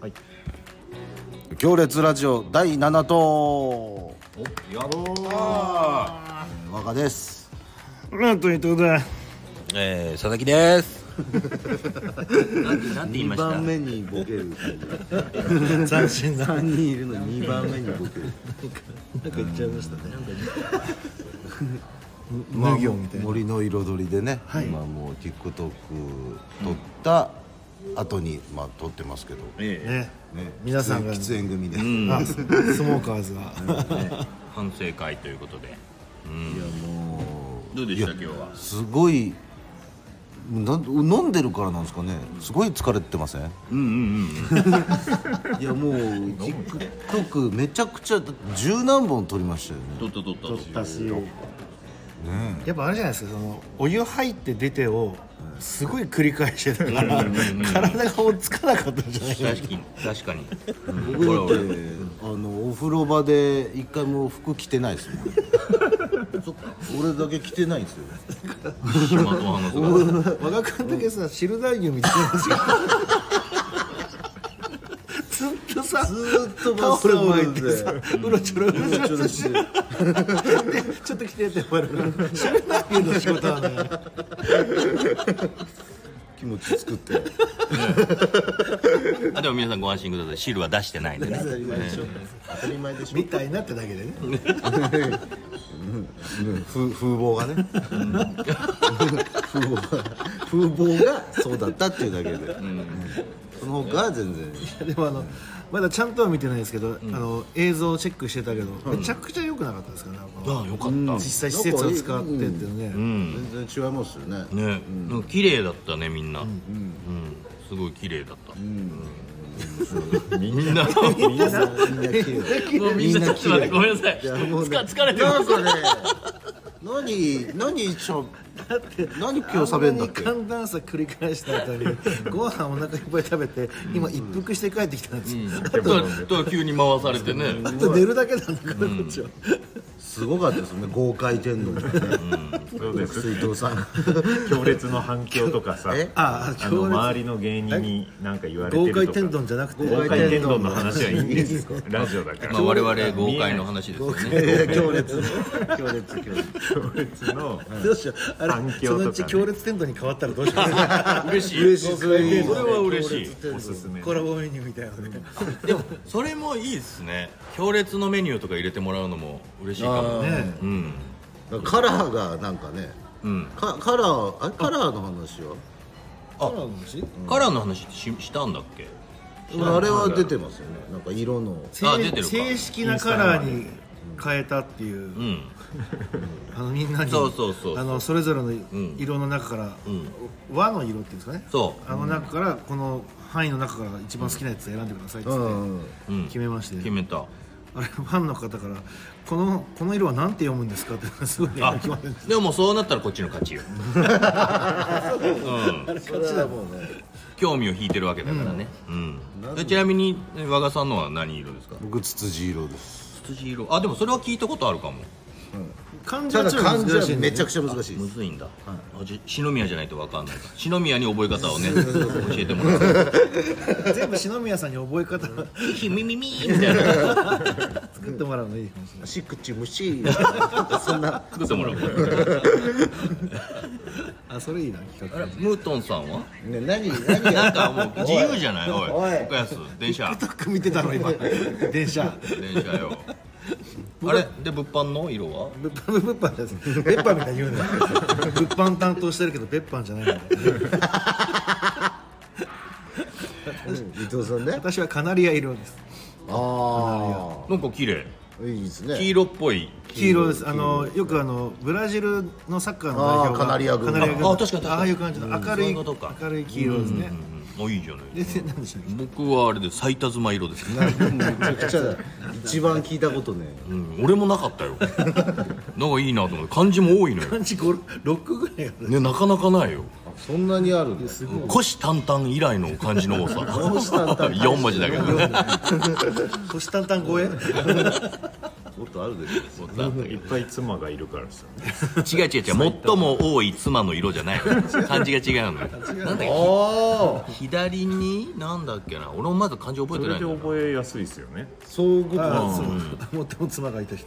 はい行列ラジオ第7棟おやろう若ですなんと言ってことだえー、佐々木です。なんてなんて言い2ました番。目にボケる斬新な。 3人いるのに2番目にボケるなんか言っちゃいましたねまあ農業みたいな森の彩りでね、今もう TikTok 撮った後に、まあ撮ってますけど、えねね皆さんが喫煙喫煙組で、あスモーカーズがえ反省会ということいで。やもうどうでした今日は。すごいなん飲んでるからなんですかねすごい疲れてませんうんうん いやもう TikTok めちゃくちゃ十何本撮りましたようん。取った取った。ねねやっぱあれじゃないですかそのお湯入って出てをすごい繰り返してたから体が追いつかなかったんじゃない確かに確かに。僕だってあのお風呂場で一回も服着てないですもん俺 だけ着てないんですよ島と話すが。我が君だけさ汁男優みたいなやつがずっとさずーっとタバオスタルオ巻ルいでてさうろちょろうろちょろしてるちょっと来てって言われる汁男優の仕事はね気持ち作ってあでも皆さんご安心ください。汁は出してないんでね。当たり前でしょ当たり前でしょみたいなってだけでね風風貌がね風貌が風貌がそうだったっていうだけで、その他は全然でもあのまだちゃんとは見てないですけど、あの映像をチェックしてたけど、めちゃくちゃ良くなかったですかね、あよかった。実際施設を使ってっていうね、全然違いますよね、ね、なんか綺麗だったねみんな。うん、すごい綺麗だった。みんな。みんなみんな綺麗もうみんなちょっと待ってごめんなさい。いやもう疲ね疲れてなまんす。かね何何しゃ何今日しゃべんだっけ寒暖差繰り返した 後にご飯お腹いっぱい食べて今一服して帰ってきたんですよ、とと急に回されてね。あと寝るだけなんだからこっちは、すごかったですね豪快天丼とかねそうです水道さん強烈の反響とかさえあああの強烈周りの芸人に何か言われて豪るとか快天丼じゃなくて豪快天丼の話はいいんですラジオだからまあ我々豪快の話ですよね。強烈強烈強烈強烈のどうしようあれ環境とかそねのうち強烈天丼に変わったらどうしよ 嬉しい。それいいねそれは嬉しい。おすすめうコラボメニューみたいなねでもそれもいいですね。強烈のメニューとか入れてもらうのも嬉しいかも。ねうん。カラーがなんかねうん。かカラーあカラーの話はコラボもしカラーの話ししたんだっけ？あれは出てますよねなんか色のあ出てるか正式なカラーに変えたっていう、うん。あのみんなにそうそうそうあのそれぞれのん色の中から、ん和の色っていうんですかねそあの中からこの範囲の中から一番好きなやつ選んでくださいっつって、うんう。うん。決めまして、決めた。あれファンの方からこのこの色はなんて読むんですかってすごいあ決まってるんです、でももうそうなったらこっちの勝ちよ。うん。それはもうね興味を引いてるわけだからね。うん。でちなみに和賀さんのは何色ですか？僕ツツジ色です土色。あでもそれは聞いたことあるかも。漢字たはだちょっと漢字難しいはんでめねちゃくちゃ難しいむですずいんだ。あじ篠宮じゃないとわかんないから。篠宮に覚え方を ね教えてもらう。全部篠宮さんに覚え方ヒミミミみたいな。作ってもらうのいいかもしれないし口虫そんな作ってもらおう。あそれいいな企画ムートンさんは？ね何何なんかもう自由じゃない。おい。おいおやす電車。見てたの今電車電車 よ。あれで物販の色は？物販物販です別販みたいに言うなよ物販担当してるけど別販じゃないんだよ伊藤さんね私はカナリア色ですあなんか綺麗。あいいです黄ね色っぽい。黄色ですあのよくあのブラジルのサッカーの代表があーカナリア軍あ確かに確かにああいう感じの明るい、うんそういうことか明るい黄色ですね、もういいじゃない。で何でしたっけ僕はあれで埼玉色です。なんかめちゃくちゃだ一番聞いたことねうん、俺もなかった よ。なんかいいなと思って漢字も多いのよ。漢字6ぐらいあるねなかなかないよ。そんなにあるんです虎視眈々以来の漢字の多 さ。虎視眈々4文字だけどね。腰たんたん超え俺とあるでしょもっとあったけいっどぱい妻がいるからさ違う違う違う最も多い妻の色じゃない漢字が違うのよなんだっけああ左になんだっけな俺もまず漢字覚えそてれないでんだよな覚えやすいですよねそういうことあなんあですそうよもっとも妻がいた人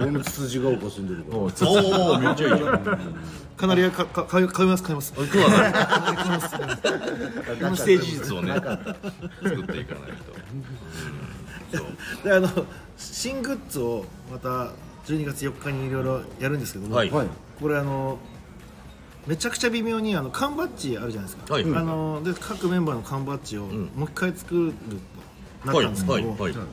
俺もツツジが丘住んでるからおおめっちゃいいじゃんかなりかか買い買います買います僕はこの既成事実をね作っていかないと、うん、そうであの新グッズをまた12月4日にいろいろやるんですけども、はいはいこれあのめちゃくちゃ微妙にあの缶バッジあるじゃないですか、はいあので各メンバーの缶バッジをもう一回作るとなったんですけども、はいはいはい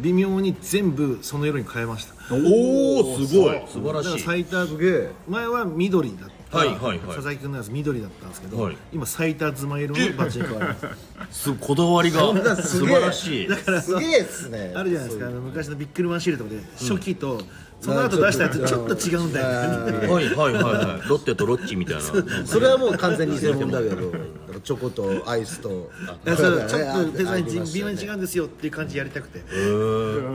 微妙に全部その色に変えましたおおすごい素晴だらからしい最多すげえ前は緑だった、はいはいはい佐々木君のやつ緑だったんですけど、はい今最多妻色のバッジに変わりましたすこだわりがなす素げえ晴らしいすげえっすねあるじゃないですかあの昔のビックリマンシールとかで初期と、その後出したやつちょっと違うんだよねはいはいはいはいロッテとロッチみたいなそれはもう完全に偽物だけどチョコとアイスとだからそれちょっとデザインありました微妙ねに違うんですよっていう感じでやりたくて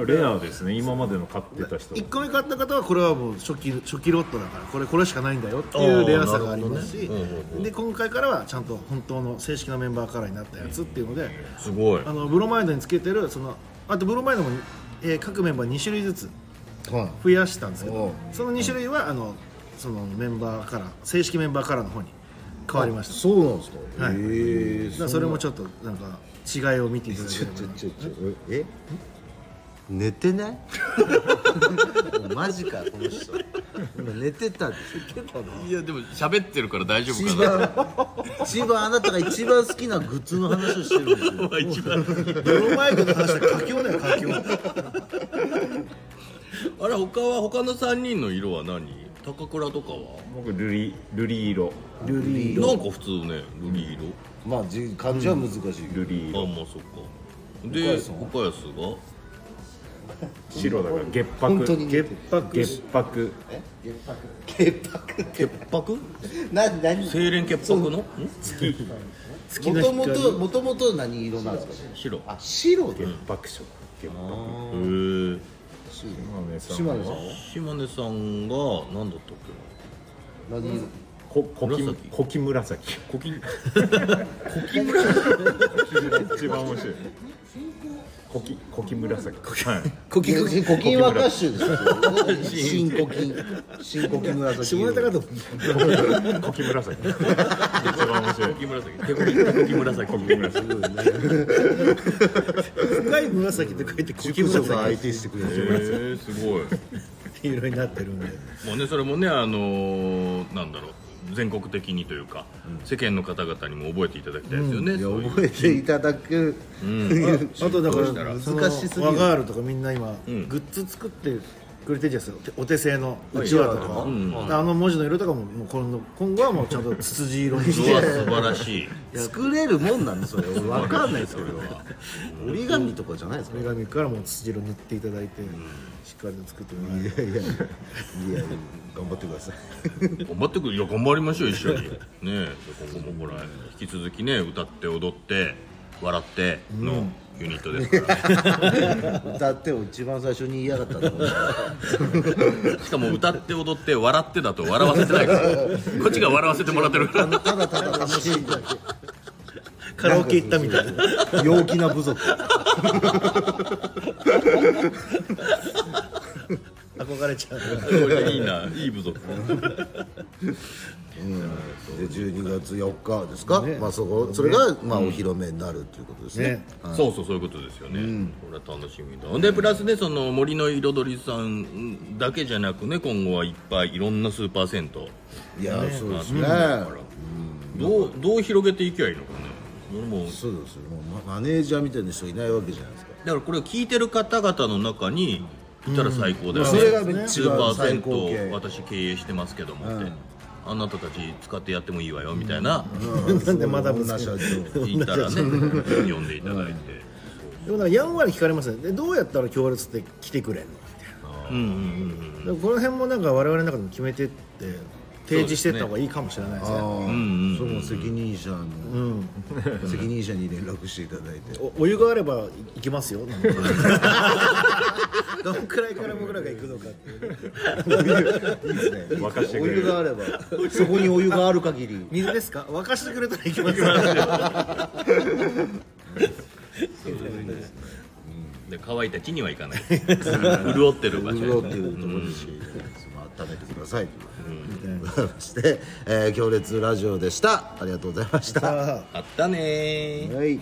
レアですね今までの買ってた人1個目買った方はこれはもう初期初期ロットだからこれこれしかないんだよっていうレアさがありますし、あーなるほどねで今回からはちゃんと本当の正式なメンバーカラーになったやつっていうので、すごいあのブロマイドにつけてるそのあとブロマイドも、えー各メンバー2種類ずつはい増やしたんですけおどうその2種類はあのそのメンバーカラー正式メンバーカラーの方に変わりましたそうなんですかはいへえだからそれもちょっとなんか違いを見ていただけちれょばちょちょちょえ寝てないおマジかこの人今寝てたって言ってたのいやでも喋ってるから大丈夫一か番一番あなたが一番好きなグッズの話をしてるんですよな一番ブロマイドの話は佳境だよ佳境 あれ他は他の三人の色は何高倉とかは僕瑠璃瑠璃色ルリなんか普通ね瑠璃色まあじ漢字は難しいけど瑠璃あ色まあそっかで岡安が白だから月本当白に月白月潔白白って 潔白な何清廉潔白のん月ものと光もともともと何色なんですか白へあ白で月白色月白え島根さん島根さん島根さんが何だったっけ何色ここき紫こき紫な古今一番面白いこきこき紫はいコキコキコキンは歌手ですよ新コキン新コキン紫下ネタかと思っこき紫一番面白い古今紫手こき 紫こき紫た深い紫って書いて小紫木紫が相っ手してくれへるえす ごいていう色になってる んでもうねそれもねあのー、なんだろう全国的にというか、世間の方々にも覚えていただきたいですよね、そういう覚えていただくあとだかどうしたららその難しすぎるワガールとかみんな今んグッズ作ってくれてるじゃないですかお手製のうちわとかんあの文字の色とかももう今度今後はもうちゃんとツツジ色にしうわて素晴らしい作れるもんなんそれ俺わかんないですけど折り紙とかじゃないですか女神からもうツツジ色塗っていただいてしっかりと作ってもらえるいやいやいや頑張ってください頑張ってくるいや頑張りましょう一緒にねえ今後もほら引き続きね歌って踊って笑ってのユニットですから、歌ってを一番最初に言いやがったと思うしかも歌って踊って笑ってだと笑わせてないからこっちが笑わせてもら ってるからただただ楽しいだけカラオケ行ったみたいな陽気な部族憧れちゃうこれいいないい部族で12月4日ですか、まあ、そこそれが、まあ、お披露目になるということですねねそうそうそういうことですよね、これは楽しみだでプラスねその森の彩りさんだけじゃなくね今後はいっぱいいろんなスーパー銭いやそうですね、湯どうどう広げていけばいいのかね俺もそうですよもうママネージャーみたいな人いないわけじゃないですかだからこれを聞いてる方々の中にいたら最高だよね、それが一番スーパー最銭高湯形私経営してますけどもっうて、んあなたたち使ってやってもいいわよみたいな、なんでまだ難しい社長言ったらね呼んでいただいて、でもなんかやんわり聞かれますねでどうやったら行列って来てくれんのみたいな、でもこの辺もなんか我々の中でも決めてって提示していった方がいいかもしれないですねあんうんあその責任者うのん責任者に連絡していただい ておお湯があれば行きますよ どんくらいから僕らが行くのかっていういいですね沸かしておくれ湯るがあればそこにお湯がある限り水ですか沸かしてくれたら行きますよで乾いた木にはい かない潤ってる場潤っていうとこ所ろでしかいないですまあ温めてくださいということでございまして、えー、強烈ラジオでしたありがとうございましたあああったねーはい